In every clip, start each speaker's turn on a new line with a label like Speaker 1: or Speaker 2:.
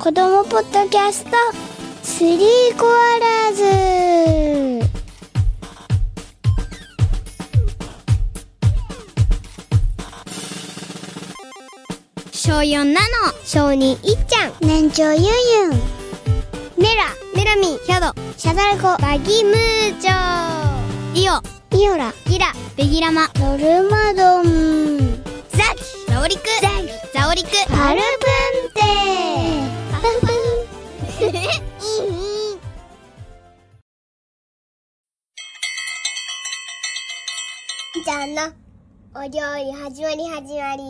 Speaker 1: 子供ポッドキャスト3コアラーズ小4なの小2いっちゃん年長ゆうゆんメラメラミヒャドシャザルコバギムーチョイオイオラギラベギラマノルマドンザキザオリクザキザオリクパルプンテ パルプンいいじゃあなお料理始まり始まり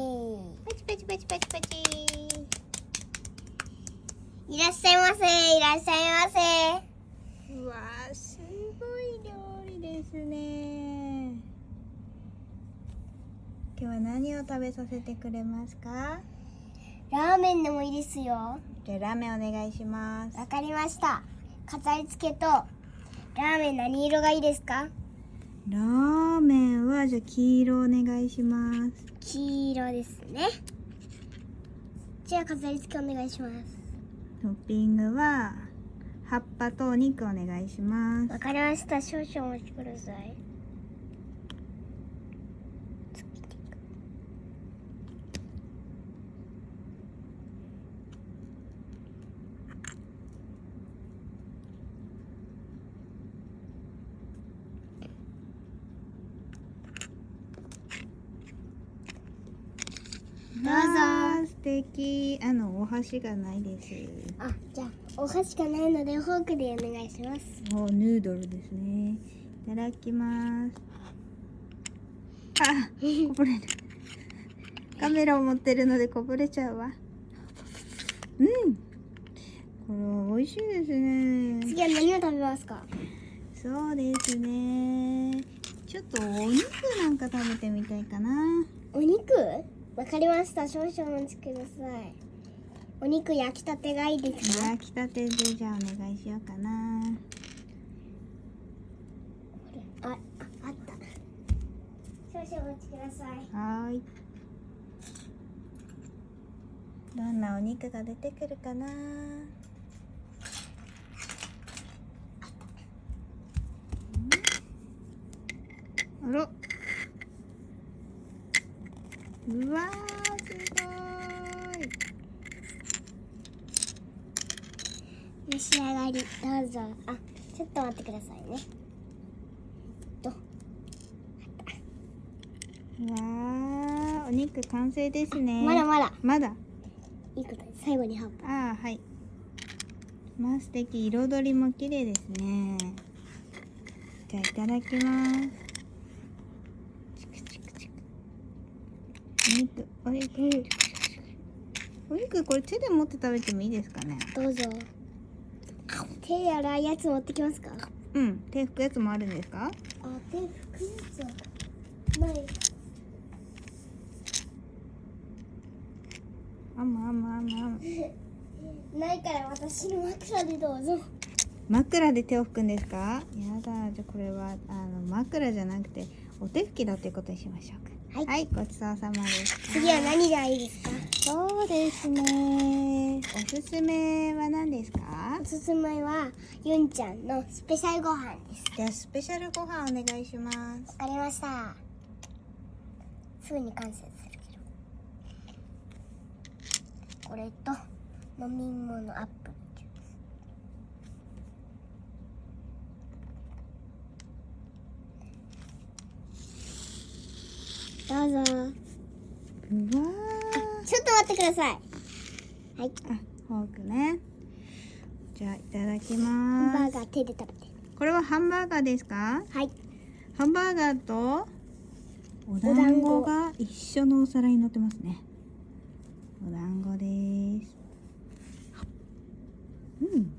Speaker 1: パチパチパチパチパチいらっしゃいませいらっしゃいませ
Speaker 2: うわあすごい料理ですね今日は何を食べさせてくれますか
Speaker 1: ラーメンでもいいですよわ
Speaker 2: じゃあラーメンお願いします
Speaker 1: かりました飾り付けとラーメン何色がいいですか
Speaker 2: ラーメンはじゃあ黄色お願いします
Speaker 1: 黄色ですねじゃあ飾り付けお願いします
Speaker 2: トッピングは葉っぱとお肉お願いします
Speaker 1: わかりました少々お待ちくださいどうぞ
Speaker 2: わあ素敵あのお箸がないです
Speaker 1: あじゃあお箸がないのでフォークでお願いします
Speaker 2: おヌードルですねいただきますあこぼれるカメラを持ってるのでこぼれちゃうわうんこれは美味しいですね
Speaker 1: 次は何を食べますか
Speaker 2: そうですねちょっとお肉なんか食べてみたいかな
Speaker 1: お肉わかりました少々お待ちくださいお肉焼きたてがいいですか
Speaker 2: 焼きたてでじゃあお願いしようかな
Speaker 1: あ、ああった少々お待ちください
Speaker 2: はーいどんなお肉が出てくるかなあらうわーすごい
Speaker 1: 召し上がりどうぞあ、ちょっと待ってくださいね
Speaker 2: うわーお肉完成ですね
Speaker 1: まだまだ
Speaker 2: まだ
Speaker 1: いいことです最後に葉っ
Speaker 2: ああはいまあ素敵彩りも綺麗ですねじゃあいただきますチクチクチクお肉お肉お肉これ手で持って食べてもいいですかね
Speaker 1: ぱどうぞ手やらいやつ持ってきますか
Speaker 2: うん手拭くやつもあるんですか
Speaker 1: あ、手拭くやつはない
Speaker 2: あむあむあむあむ
Speaker 1: ないから私の枕でどうぞ
Speaker 2: 枕で手を拭くんですかやだじゃあこれはあの枕じゃなくてお手拭きだっていうことにしましょうか
Speaker 1: はい
Speaker 2: ごちそうさまでした
Speaker 1: 次は何がいいですか
Speaker 2: そうですね。おすすめは何ですか
Speaker 1: お？すすめはユンちゃんのスペシャルご飯です
Speaker 2: じゃあスペシャルご飯お願いします。
Speaker 1: わかりましたすぐに完成するけどこれと飲み物アップルジュースどうぞ
Speaker 2: うわ
Speaker 1: ちょっと待ってくださいはい
Speaker 2: ー。あ、フォークね。じゃあいただき
Speaker 1: ハンバ
Speaker 2: ま
Speaker 1: ー
Speaker 2: す。
Speaker 1: ガー手で食べて
Speaker 2: これはハンバーガーですか？
Speaker 1: はい
Speaker 2: ハンバーガーとお
Speaker 1: 団子
Speaker 2: 団子が一緒のお皿に乗ってますね。お団子です。うん。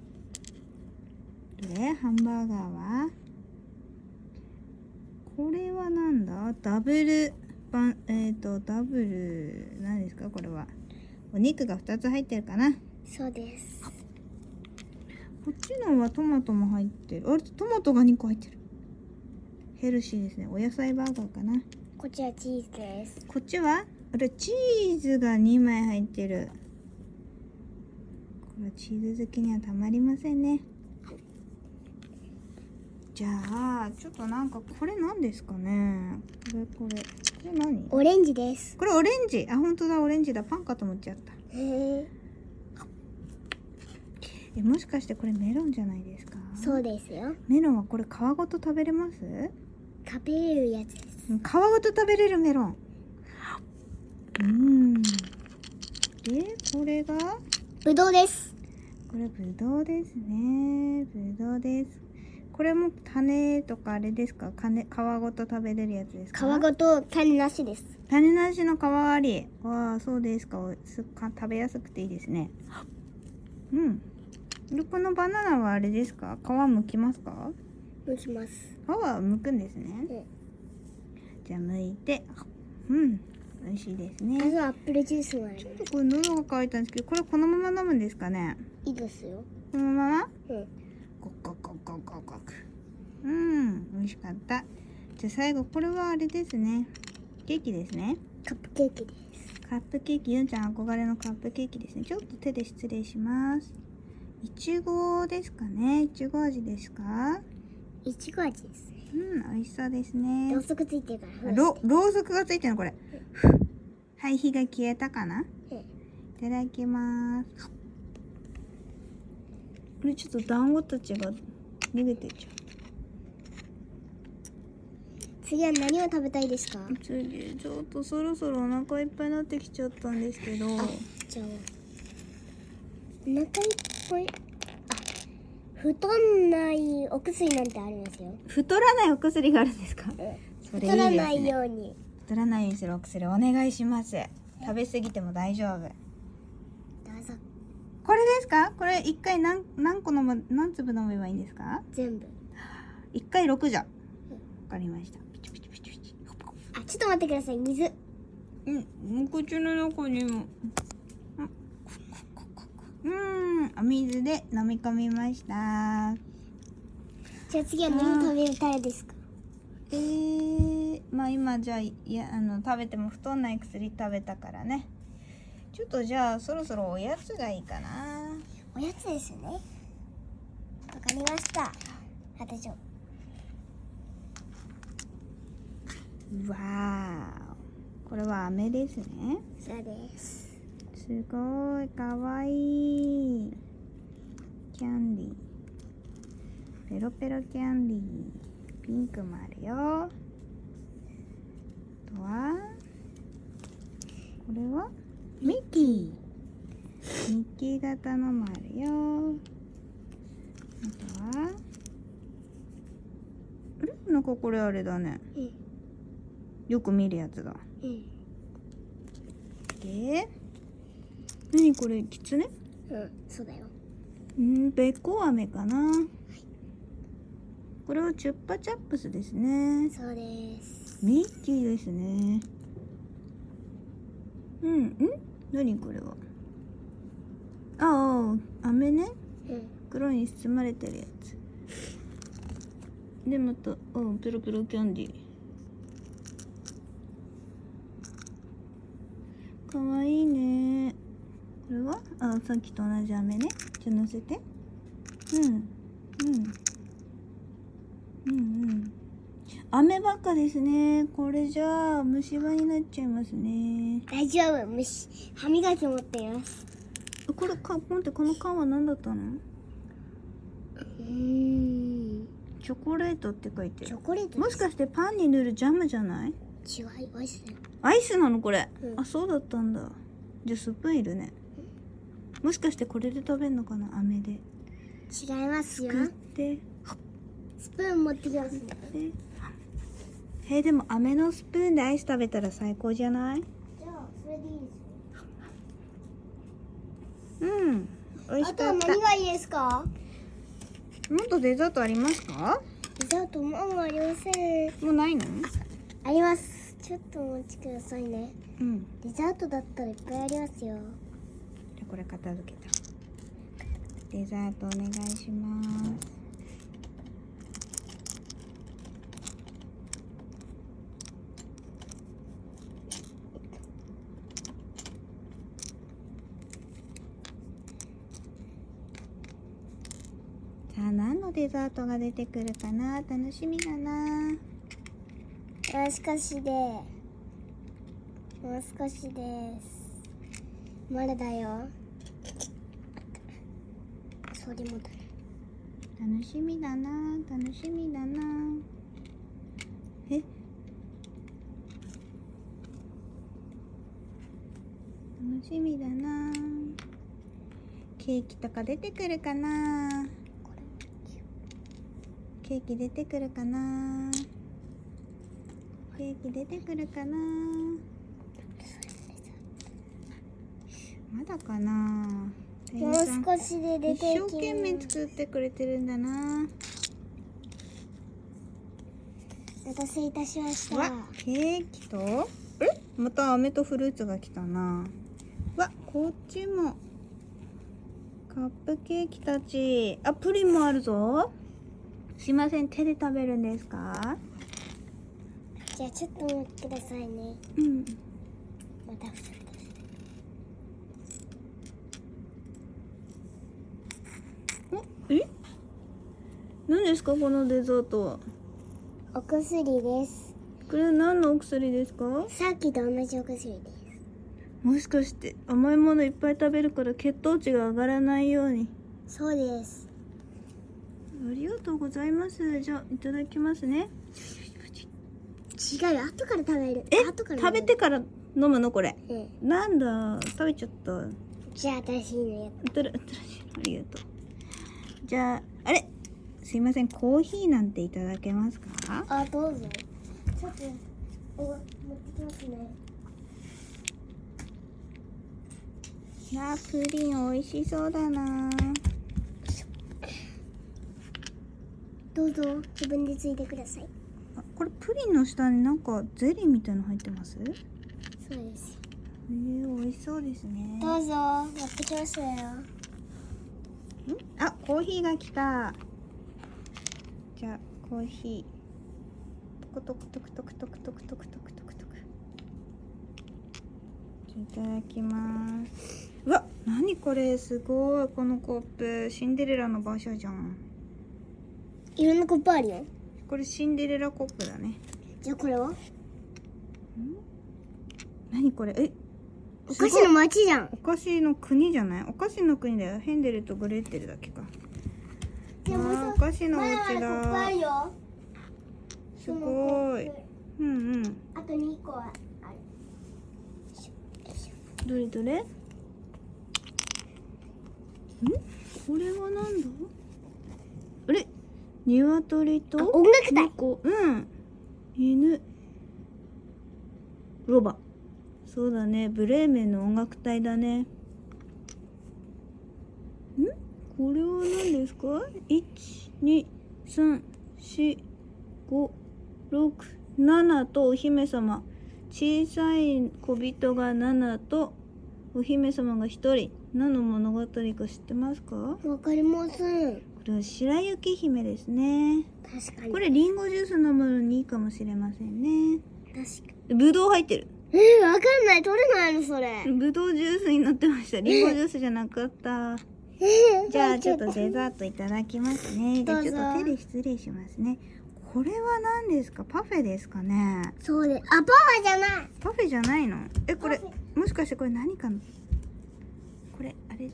Speaker 2: で、ハンバーガーはこれはなんだダブルパンえっ、とダブル何ですかこれはお肉が2つ入ってるかな
Speaker 1: そうです
Speaker 2: こっちのはトマトも入ってるあれトマトが2個入ってるヘルシーですねお野菜バーガーかな
Speaker 1: こちらチーズです
Speaker 2: こっちはあれチーズが2枚入ってるれチーズ好きにはたまりませんねじゃあちょっとなんかこれ何ですかねこれこれこれ何
Speaker 1: オレンジです
Speaker 2: これオレンジあ本当だオレンジだパンかと思っちゃったえもしかしてこれメロンじゃないですか
Speaker 1: そうですよ
Speaker 2: メロンはこれ皮ごと食べれます
Speaker 1: 食べれるやつです
Speaker 2: うん皮ごと食べれるメロンうーんでこれがこ
Speaker 1: ぶどうです
Speaker 2: れぶどうですねぶどうですこれも種とかあれですか種皮ごと食べれるやつです
Speaker 1: 皮
Speaker 2: か
Speaker 1: ごと種なしです
Speaker 2: 種なしの皮ありわあそうですかおすか食べやすくていいですねうんでこのバナナはあれですか皮むきますか
Speaker 1: 剥きます
Speaker 2: 皮はむくんですね
Speaker 1: うん
Speaker 2: じゃあむいてうん美味しいです
Speaker 1: あ
Speaker 2: ね
Speaker 1: とアップルジュースもあり
Speaker 2: ちょ
Speaker 1: ま
Speaker 2: っ
Speaker 1: す
Speaker 2: とこれ喉が渇いたんですけどこれこのまま飲むんですかね
Speaker 1: いいですよ
Speaker 2: このまま
Speaker 1: うん
Speaker 2: ゴクゴクゴクゴクゴクうん美味しかったじゃあ最後これはあれですねケーキですね
Speaker 1: カップケーキです
Speaker 2: カップケーキゆんちゃん憧れのカップケーキですねちょっと手で失礼しますいちごですかねいちご味ですか
Speaker 1: いちご味ですね
Speaker 2: うん美味しそうですね
Speaker 1: ろうそくついてるから
Speaker 2: ろろうそくがついてるのこれはい火が消えたかな
Speaker 1: うん
Speaker 2: いただきますこれちょっと団子たちが逃げてっちゃ
Speaker 1: 次は何を食べたいですか
Speaker 2: う次ちょっとそろそろお腹いっぱいになってきちゃったんですけど
Speaker 1: じゃあお腹いっぱいあ太んないお薬なんてありますよ
Speaker 2: 太らないお薬があるんですかそれいいですね
Speaker 1: 太らないように
Speaker 2: 太らないようにするお薬お願いします食べ過ぎても大丈夫
Speaker 1: どうぞ
Speaker 2: これですかこれ一回何何個飲む何粒飲めばいいんですか
Speaker 1: 全部
Speaker 2: 一回6じゃわかりましたピチピチピチピチ
Speaker 1: あちょっと待ってください水
Speaker 2: うん、お口の中にも。あうーん、お水で飲み込みました。
Speaker 1: じゃあ次は何を食べたいですか
Speaker 2: えー、まあ今じゃあ、いや、あの、食べても太んない薬食べたからね。ちょっとじゃあ、そろそろおやつがいいかな。
Speaker 1: おやつですねわかりました私は
Speaker 2: わー。これは飴ですね。
Speaker 1: そうです
Speaker 2: すごいかわいいキャンディーペロペロキャンディーピンクもあるよあとはこれはミッキーミッキー型のもあるよあとはあれなんかこれあれだね
Speaker 1: うん
Speaker 2: よく見るやつだ
Speaker 1: うん
Speaker 2: で何これキツネ
Speaker 1: うんそうだよ
Speaker 2: うん、べこ飴かな。これはチュッパチャップスですね。
Speaker 1: そうです
Speaker 2: ミッキーですね。うん、ん何これは。ああ、飴ね。
Speaker 1: うん
Speaker 2: 黒に包まれてるやつ。で、また、うん、ペロペロキャンディー。かわいいね。これはあ、さっきと同じ飴ね。じゃあ乗せて。うん。うん。うんうん。飴ばっかですね。これじゃあ、虫歯になっちゃいますね。
Speaker 1: 大丈夫虫歯磨き持っています
Speaker 2: あこれ、か、待って、この缶は何だったの
Speaker 1: うーん
Speaker 2: チョコレートって書いて
Speaker 1: チ
Speaker 2: る
Speaker 1: ョ。コレート
Speaker 2: もしかしてパンに塗るジャムじゃない
Speaker 1: ちわいおいしい
Speaker 2: アイスなのこれ、
Speaker 1: うん
Speaker 2: あそうだったんだじゃあスプーンいるねもしかしてこれで食べんのかな飴で
Speaker 1: 違いますよ
Speaker 2: 食って
Speaker 1: スプーン持ってきますね
Speaker 2: でえーでも飴のスプーンでアイス食べたら最高じゃない
Speaker 1: じゃあそれでいいです
Speaker 2: うん美味し
Speaker 1: あとは
Speaker 2: かった
Speaker 1: 何がいいですか
Speaker 2: もっとデザートありますか
Speaker 1: デザートもうありません
Speaker 2: もうないの
Speaker 1: ありますちょっとお待ちくださいね
Speaker 2: うん
Speaker 1: デザートだったらいっぱいありますよ
Speaker 2: じゃあこれ片付けたデザートお願いしますのデザートが出てくるかな楽しみだな
Speaker 1: もう少しでもう少しですまだだよそれもだ
Speaker 2: 楽しみだな楽しみだなえ楽しみだなケーキとか出てくるかなケーキ出てくるかなケーキ出てくるかなまだかな店
Speaker 1: も
Speaker 2: 員
Speaker 1: う
Speaker 2: さん
Speaker 1: 少しで出て
Speaker 2: 一
Speaker 1: き
Speaker 2: 生
Speaker 1: ます
Speaker 2: 懸命作ってくれてるんだな
Speaker 1: お待たせいたしました
Speaker 2: わケーキとえまた飴とフルーツが来たなわこっちもカップケーキたちあプリンもあるぞすいません手で食べるんですか
Speaker 1: じゃあちょっと待ってくださいね
Speaker 2: うん
Speaker 1: またふさふたして
Speaker 2: おえ何ですかこのデザートは
Speaker 1: お薬です
Speaker 2: これ何のお薬ですか
Speaker 1: さっきと同じお薬です
Speaker 2: もしかして甘いものいっぱい食べるから血糖値が上がらないように
Speaker 1: そうです
Speaker 2: ありがとうございますじゃあいただきますね
Speaker 1: 違うよ後から食べる
Speaker 2: え
Speaker 1: 後から
Speaker 2: 食べてから飲むのこれ
Speaker 1: うん
Speaker 2: なんだ食べちゃったう
Speaker 1: じゃあ私のや
Speaker 2: たらうたらしいのありがとうじゃああれすいませんコーヒーなんていただけますか
Speaker 1: あどうぞちょっとお持ってきますね
Speaker 2: わあプリン美味しそうだな
Speaker 1: どうぞ自分でついてください
Speaker 2: あこれプリンの下になんかゼリーみたいの入ってますえ
Speaker 1: そうです
Speaker 2: ー、美味しそうですね
Speaker 1: どうぞやってきましたよ
Speaker 2: んあコーヒーが来たじゃあコーヒートクトクトクトクトクトクトクトクトクトクいただきますうわ何これすごいこのコップシンデレラの馬車じゃん
Speaker 1: いろんなコップあるよ
Speaker 2: これシンデレラコップだね
Speaker 1: じゃあこれは
Speaker 2: 何これえ
Speaker 1: お菓子の街じゃん
Speaker 2: お菓子の国じゃないお菓子の国だよヘンデルとグレーテルだっけか
Speaker 1: でも
Speaker 2: わあ
Speaker 1: さ
Speaker 2: お菓子のお
Speaker 1: まだま
Speaker 2: 家
Speaker 1: だコップある
Speaker 2: だ
Speaker 1: よ
Speaker 2: すごいうんうん
Speaker 1: あと2個はある
Speaker 2: どれどれんこれはなんだあれ鶏と
Speaker 1: あ音楽隊
Speaker 2: 猫うん犬ロバそうだねブレーメンの音楽隊だねんこれは何ですか1234567とお姫様小さい小人が7とお姫様が1人何の物語か知ってますか
Speaker 1: わかりません
Speaker 2: これは白雪姫ですね
Speaker 1: 確かに
Speaker 2: これリンゴジュース飲むのにいいかもしれませんね
Speaker 1: 確か
Speaker 2: ぶどう入ってる
Speaker 1: にえー、わかんない取れないのそれ
Speaker 2: ぶどうジュースになってましたリンゴジュースじゃなかったじゃあちょっとデザートいただきますねじゃあちょっと手で失礼しますねこれは何ですかパフェですかね
Speaker 1: そうですあパワーじゃない
Speaker 2: パフェじゃないのえこれ
Speaker 1: パフ
Speaker 2: もしかしてこれ何かのこれあれ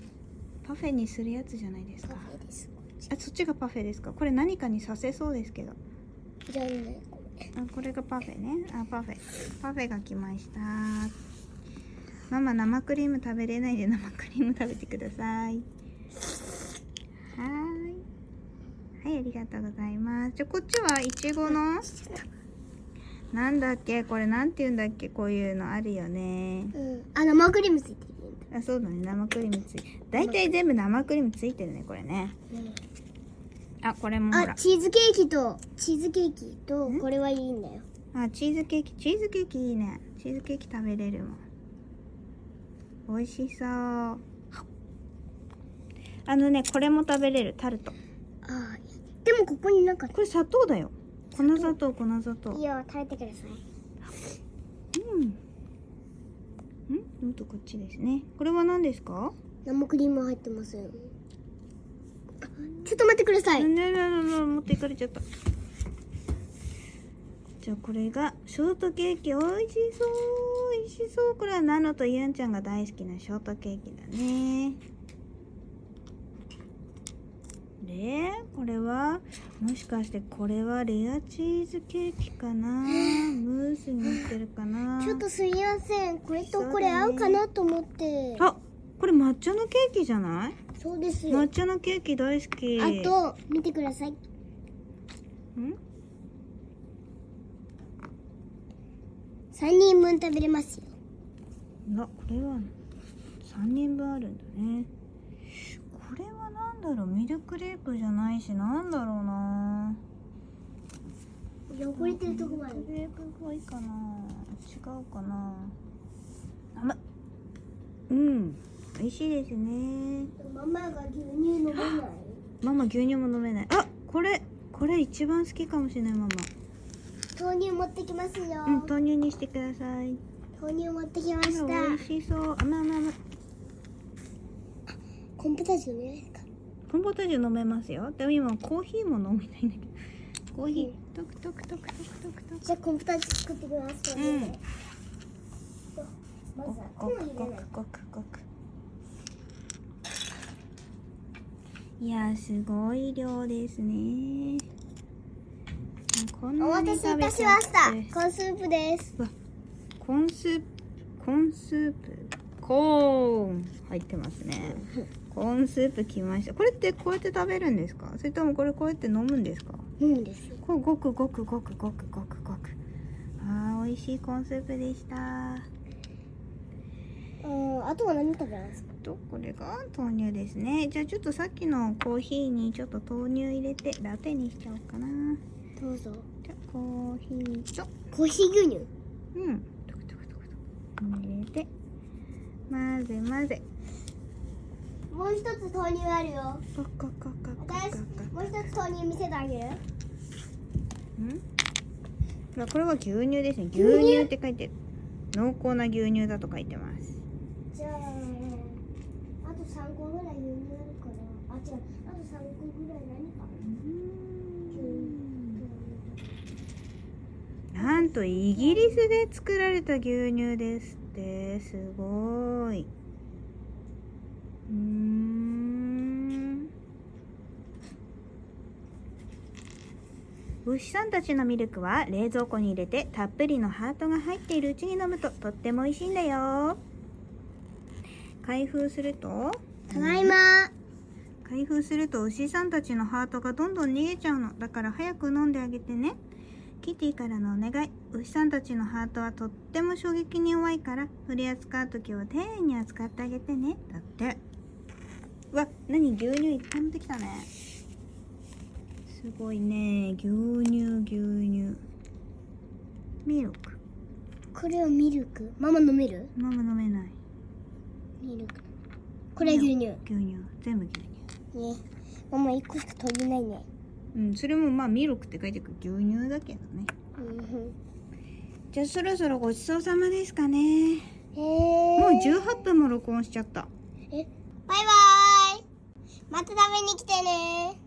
Speaker 2: パフェにするやつじゃないですか
Speaker 1: です
Speaker 2: あそっちがパフェですかこれ何かにさせそうですけど
Speaker 1: じゃあね
Speaker 2: あこれがパフェねあパフェパフェが来ましたママ生クリーム食べれないで生クリーム食べてくださいはーいはいありがとうございますじゃあこっちはいちごのなんだっけこれなんて言うんだっけこういうのあるよね
Speaker 1: うんあ生クリームついてる
Speaker 2: あそうだね生クリームつい大体全部生クリームついてるねこれねあこれもほら
Speaker 1: あチーズケーキとチーズケーキとこれはいいんだよ
Speaker 2: あチーズケーキチーズケーキいいねチーズケーキ食べれるもん美味しそうあのねこれも食べれるタルト
Speaker 1: あーでもここになんか
Speaker 2: これ砂糖だよ粉砂糖粉砂糖
Speaker 1: いいよ食べてください
Speaker 2: うんんうんとこっちですねこれは何ですか
Speaker 1: 生クリーム入ってますよちょっと待ってください。
Speaker 2: ねねねね持ってかれちゃったじゃあこれがショートケーキ美味しそう美味しそうこれはナノとユンちゃんが大好きなショートケーキだねでこれはもしかしてこれはレアチーズケーキかなムースになってるかな
Speaker 1: ちょっとすみません。これとこれ合
Speaker 2: そうだね
Speaker 1: うかなと思って。
Speaker 2: あこれ抹茶のケーキじゃない
Speaker 1: そうですよ。
Speaker 2: 抹茶のケーキ大好き
Speaker 1: あと、見てください。
Speaker 2: ん
Speaker 1: 3人分食べれますよ。
Speaker 2: なこれは3人分あるんだねこれは何だろうミルクレープじゃないし何だろうな
Speaker 1: 汚れてるとこまで
Speaker 2: ミ。ルクレープっぽいかな違うかな甘いうん美味しいですね
Speaker 1: ママが牛乳飲めない。
Speaker 2: ママ牛乳も飲めないあこれこれ一番好きかもしれないマ
Speaker 1: 豆乳持ってきますよ。
Speaker 2: マうん豆乳にしてください
Speaker 1: 豆乳持ってきま
Speaker 2: あ
Speaker 1: した。
Speaker 2: 美味しそう甘々甘い
Speaker 1: コンポタージュ飲めないですか
Speaker 2: コンポタージュ飲めますよでも今コーヒーも飲みたいんだけどコーヒー、
Speaker 1: うん
Speaker 2: トクトクトクトクトクトク
Speaker 1: じゃあコンポタージュ作ってきます。
Speaker 2: うん
Speaker 1: ま
Speaker 2: ご
Speaker 1: ず
Speaker 2: く
Speaker 1: はコ
Speaker 2: ご
Speaker 1: ーン
Speaker 2: く
Speaker 1: 入
Speaker 2: ご
Speaker 1: れ
Speaker 2: く
Speaker 1: ない。
Speaker 2: ごくごくいやーすごい量ですねこん
Speaker 1: お
Speaker 2: な
Speaker 1: 待
Speaker 2: に
Speaker 1: たせ
Speaker 2: 食
Speaker 1: い
Speaker 2: べ
Speaker 1: た
Speaker 2: ち
Speaker 1: し
Speaker 2: ゃ
Speaker 1: ま
Speaker 2: っ
Speaker 1: した。
Speaker 2: て
Speaker 1: コーンスープです。
Speaker 2: コーンスープコーンスープコーン入ってます ねコーンスープきましたこれってこうやって食べるんですかそれともこれこうやって飲むんですか
Speaker 1: うんです。
Speaker 2: こうごくごくごくごくごくごくあー美味しいコーンスープでした
Speaker 1: うん、あとは何食べますか
Speaker 2: とこれが豆乳ですねじゃあちょっとさっきのコーヒーにちょっと豆乳入れてラテにしちゃおうかな
Speaker 1: どうぞ。
Speaker 2: じゃあコーヒーと
Speaker 1: コーヒー牛乳。
Speaker 2: うんトクトクトクトク入れて混ぜ混ぜ
Speaker 1: もう一つ豆乳あるよ。
Speaker 2: ココココココ
Speaker 1: 私、もう一つ豆乳見せてあげる。
Speaker 2: うんあこれは牛乳ですね牛乳って書いてる濃厚な牛乳だと書いてます
Speaker 1: じゃあ、あと三個ぐらい牛乳あるから。あ、違う。あと三個ぐらい何か。
Speaker 2: なんとイギリスで作られた牛乳ですってすごい。うーん。牛さんたちのミルクは冷蔵庫に入れてたっぷりのハートが入っているうちに飲むととっても美味しいんだよ。開封すると
Speaker 1: ただいま。
Speaker 2: 開封すると牛さんたちのハートがどんどん逃げちゃうのだから早く飲んであげてねキティからのお願い牛さんたちのハートはとっても衝撃に弱いから取り扱う時は丁寧に扱ってあげてねだってうわ何牛乳いっぱい持ってきたねすごいね牛乳牛乳ミルク
Speaker 1: これはミルク。ママ飲める。
Speaker 2: ママ飲めない
Speaker 1: ミルク。これは牛乳。ね。
Speaker 2: 牛乳全部牛乳
Speaker 1: ママ一個しか豆乳ないね。
Speaker 2: うんそれもまあミルクって書いてくる牛乳だけどね
Speaker 1: うん
Speaker 2: じゃあそろそろごちそうさまですかね。
Speaker 1: へえ。
Speaker 2: もう18分も録音しちゃった。
Speaker 1: えバイバーイまた食べに来てね